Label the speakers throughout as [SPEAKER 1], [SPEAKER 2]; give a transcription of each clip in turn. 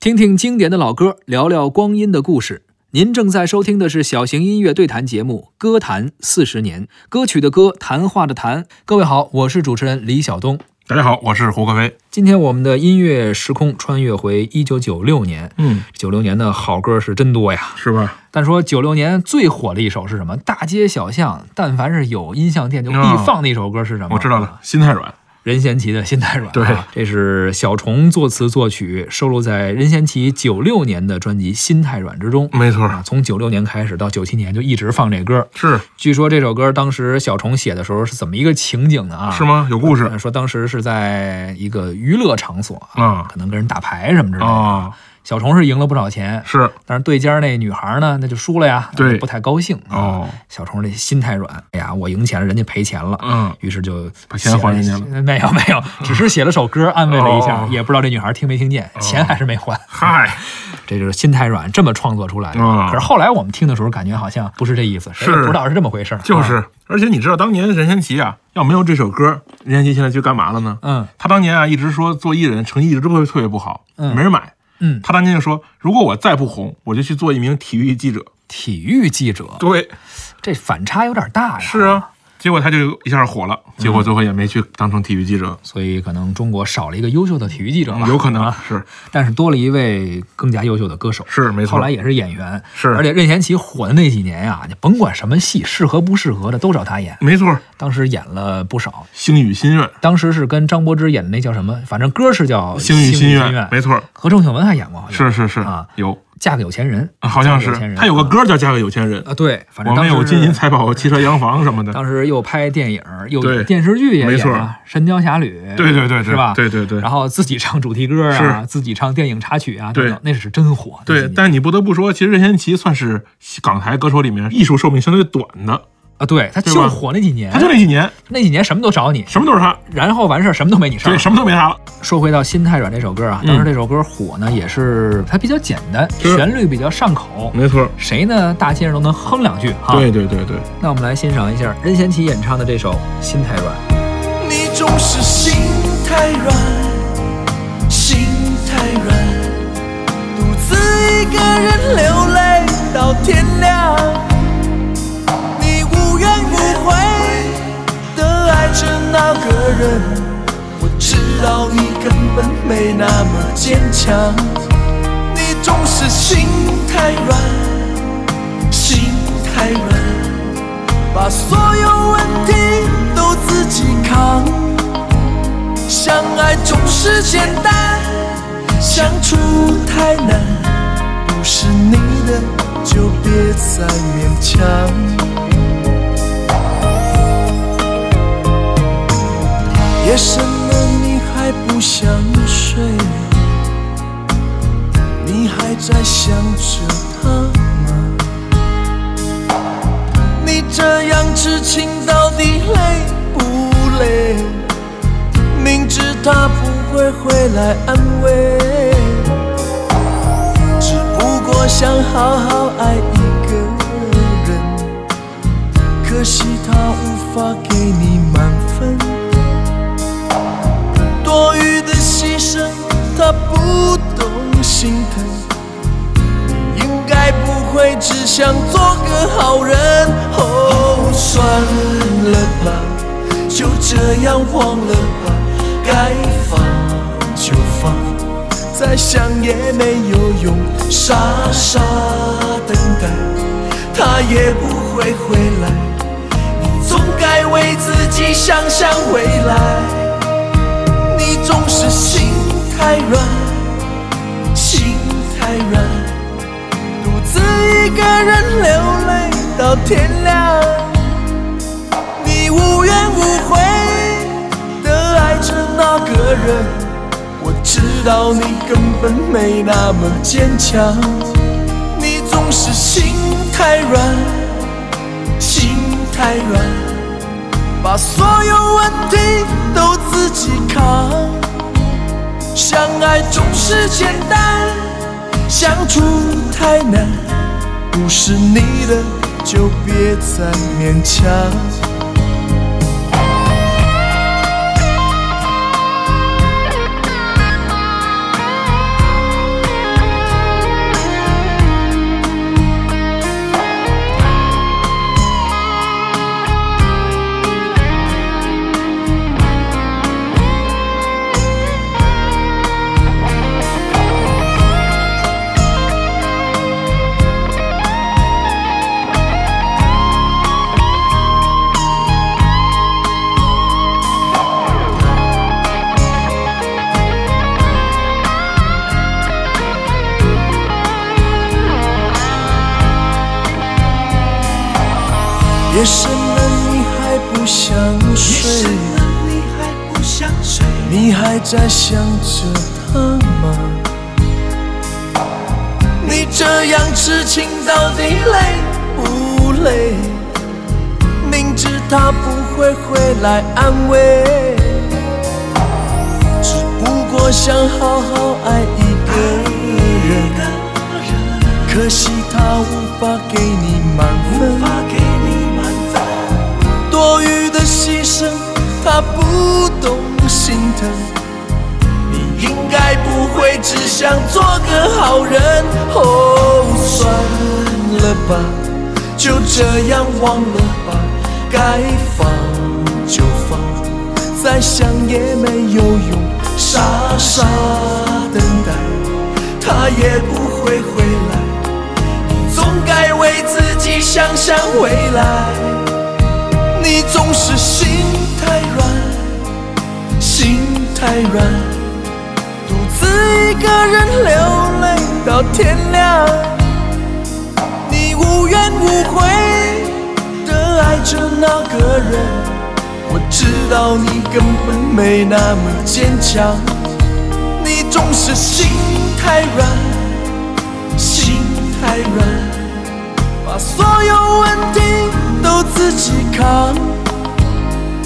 [SPEAKER 1] 听听经典的老歌，聊聊光阴的故事。您正在收听的是小型音乐对谈节目《歌坛四十年》，歌曲的歌，谈话的谈。各位好，我是主持人李晓东。
[SPEAKER 2] 大家好，我是胡可飞。
[SPEAKER 1] 今天我们的音乐时空穿越回一九九六年，
[SPEAKER 2] 嗯，
[SPEAKER 1] 九六年的好歌是真多呀。
[SPEAKER 2] 是吧？
[SPEAKER 1] 但说九六年最火的一首是什么？大街小巷，但凡是有音像店就必
[SPEAKER 2] 哦
[SPEAKER 1] 放的一首歌是什么？
[SPEAKER 2] 我知道了，心太软。
[SPEAKER 1] 任贤齐的《心太软》。
[SPEAKER 2] 对
[SPEAKER 1] 啊，这是小虫作词作曲，收录在任贤齐九六年的专辑《心太软》之中。
[SPEAKER 2] 没错
[SPEAKER 1] 啊，从九六年开始到九七年就一直放这歌。
[SPEAKER 2] 是
[SPEAKER 1] 据说这首歌当时小虫写的时候是怎么一个情景呢？啊，
[SPEAKER 2] 是？吗？有故事
[SPEAKER 1] 说当时是在一个娱乐场所啊
[SPEAKER 2] 嗯
[SPEAKER 1] 可能跟人打牌什么之类的。
[SPEAKER 2] 啊，
[SPEAKER 1] 小虫是赢了不少钱，
[SPEAKER 2] 是
[SPEAKER 1] 但是对家那女孩呢，那就输了呀，
[SPEAKER 2] 对
[SPEAKER 1] 不太高兴啊
[SPEAKER 2] 哦，
[SPEAKER 1] 小虫这心太软，哎呀，我赢钱了，人家赔钱了，
[SPEAKER 2] 嗯，
[SPEAKER 1] 于是就
[SPEAKER 2] 把钱还人家
[SPEAKER 1] 了。没有没有，只是写了首歌安慰了一下，
[SPEAKER 2] 哦
[SPEAKER 1] 也不知道这女孩听没听见，钱还是没还。
[SPEAKER 2] 嗨，
[SPEAKER 1] 这就是心太软，这么创作出来的。
[SPEAKER 2] 嗯
[SPEAKER 1] 可是后来我们听的时候，感觉好像不是这意思，谁也
[SPEAKER 2] 是
[SPEAKER 1] 不知道是这么回事儿。
[SPEAKER 2] 就
[SPEAKER 1] 啊
[SPEAKER 2] 是。而且你知道，当年任贤齐啊，要没有这首歌，任贤齐现在去干嘛了呢？
[SPEAKER 1] 嗯
[SPEAKER 2] 他当年啊，一直说做艺人成绩一直都会特别不好，
[SPEAKER 1] 嗯
[SPEAKER 2] 没人买。
[SPEAKER 1] 嗯，
[SPEAKER 2] 他当年就说，如果我再不红，我就去做一名体育记者。
[SPEAKER 1] 体育记者
[SPEAKER 2] 对，
[SPEAKER 1] 这反差有点大呀。
[SPEAKER 2] 是。啊。结果他就一下火了，结果最后也没去当成体育记者，
[SPEAKER 1] 所以可能中国少了一个优秀的体育记者吧，
[SPEAKER 2] 嗯有可能
[SPEAKER 1] 啊
[SPEAKER 2] 是
[SPEAKER 1] 但是多了一位更加优秀的歌手。
[SPEAKER 2] 是没错。
[SPEAKER 1] 后来也是演员，
[SPEAKER 2] 是
[SPEAKER 1] 而且任贤齐火的那几年呀、你甭管什么戏，适合不适合的都找他演。
[SPEAKER 2] 没错，《
[SPEAKER 1] 当时演了不少，
[SPEAKER 2] 星语心愿》
[SPEAKER 1] 当时是跟张柏芝演的那叫什么，反正歌是叫《
[SPEAKER 2] 星
[SPEAKER 1] 语
[SPEAKER 2] 语心
[SPEAKER 1] 愿》，
[SPEAKER 2] 没错，
[SPEAKER 1] 何郑秀文还演过，好像
[SPEAKER 2] 是是是
[SPEAKER 1] 啊
[SPEAKER 2] 有。
[SPEAKER 1] 嫁给有钱人，
[SPEAKER 2] 好
[SPEAKER 1] 嫁
[SPEAKER 2] 像
[SPEAKER 1] 给有钱
[SPEAKER 2] 是
[SPEAKER 1] 人
[SPEAKER 2] 他有个歌叫《嫁给有钱人》，
[SPEAKER 1] 啊，对，反
[SPEAKER 2] 我
[SPEAKER 1] 正当
[SPEAKER 2] 们
[SPEAKER 1] 时
[SPEAKER 2] 有
[SPEAKER 1] 是
[SPEAKER 2] 金银财宝、汽车洋房什么的。
[SPEAKER 1] 当时又拍电影，又
[SPEAKER 2] 对
[SPEAKER 1] 演电视剧也
[SPEAKER 2] 没
[SPEAKER 1] 演
[SPEAKER 2] 错
[SPEAKER 1] 啊，《神雕侠侣》，
[SPEAKER 2] 对对对对，
[SPEAKER 1] 是吧？
[SPEAKER 2] 对对对
[SPEAKER 1] 然。后自己唱主题歌啊，
[SPEAKER 2] 是
[SPEAKER 1] 自己唱电影插曲啊，等等
[SPEAKER 2] 对
[SPEAKER 1] 那是真火。那几
[SPEAKER 2] 对，
[SPEAKER 1] 年
[SPEAKER 2] 但你不得不说，其实任贤齐算是港台歌手里面艺术寿命相对短的，
[SPEAKER 1] 啊，对他
[SPEAKER 2] 对
[SPEAKER 1] 就
[SPEAKER 2] 吧
[SPEAKER 1] 火那几年，
[SPEAKER 2] 他就那几年，
[SPEAKER 1] 那几年什么都找你，
[SPEAKER 2] 什么都是他，
[SPEAKER 1] 然后完事儿什么都没你事儿
[SPEAKER 2] 对，。什么都没他了。
[SPEAKER 1] 说回到《心太软》这首歌啊，
[SPEAKER 2] 嗯
[SPEAKER 1] 当时这首歌火呢，也是它比较简单，
[SPEAKER 2] 是
[SPEAKER 1] 旋律比较上口，
[SPEAKER 2] 没错，
[SPEAKER 1] 谁呢大街上都能哼两句哈。
[SPEAKER 2] 对，对对对，
[SPEAKER 1] 那我们来欣赏一下任贤齐演唱的这首《心太软》。
[SPEAKER 3] 你总是心太软，心太软，独自一个人流泪到天亮。你无怨无悔的爱着那个人，我知道你根本没那么坚强。你总是心太软，心太软。把所有问题都自己扛。相爱总是简单，相处太难。不是你的就别再勉强。夜深了，你还不想睡？你还在想着他吗？你这样痴情到底累不累？明知他不会回来安慰，只不过想好好爱一个人，可惜他无法给你满分。多余的牺牲，他不懂心疼。应该不会只想做个好人。哦，算了吧，就这样忘了吧，该放就放，再想也没有用，傻傻等待，他也不会回来。你总该为自己想想未来，你总是心太软，心太软。独自一个人流泪到天亮。你无怨无悔的爱着那个人，我知道你根本没那么坚强。你总是心太软，心太软，把所有问题都自己扛。相爱总是简单。相处太难，不是你的就别再勉强。
[SPEAKER 4] Thank you.
[SPEAKER 3] 夜深了你还不想睡，
[SPEAKER 4] 你还不想睡？
[SPEAKER 3] 你还在想着他吗？你这样痴情到底累不累？明知他不会回来安慰，只不过想好好爱一个人。
[SPEAKER 4] 个人
[SPEAKER 3] 可惜他无法给你满分，
[SPEAKER 4] 发给你满分，
[SPEAKER 3] 多余的牺牲他不懂心疼。你应该不会只想做个好人，哦，算了吧，就这样忘了吧，该放就放，再想也没有用，傻傻等待，他也不会回来。总该为自己想想未来。你总是心太软，心太软，独自一个人流泪到天亮。你无怨无悔的爱着那个人，我知道你根本没那么坚强。你总是心太软。心太软，把所有问题都自己扛。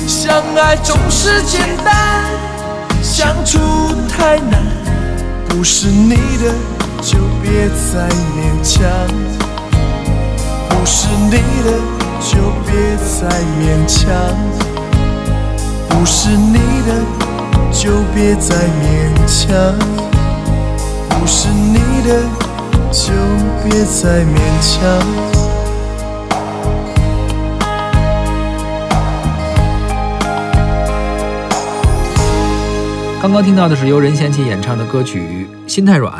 [SPEAKER 3] 相爱总是简单，相处太难。不是你的就别再勉强，不是你的就别再勉强，不是你的就别再勉强。不是你的就别再勉强。
[SPEAKER 1] 刚刚听到的是由任贤齐演唱的歌曲《心太软》。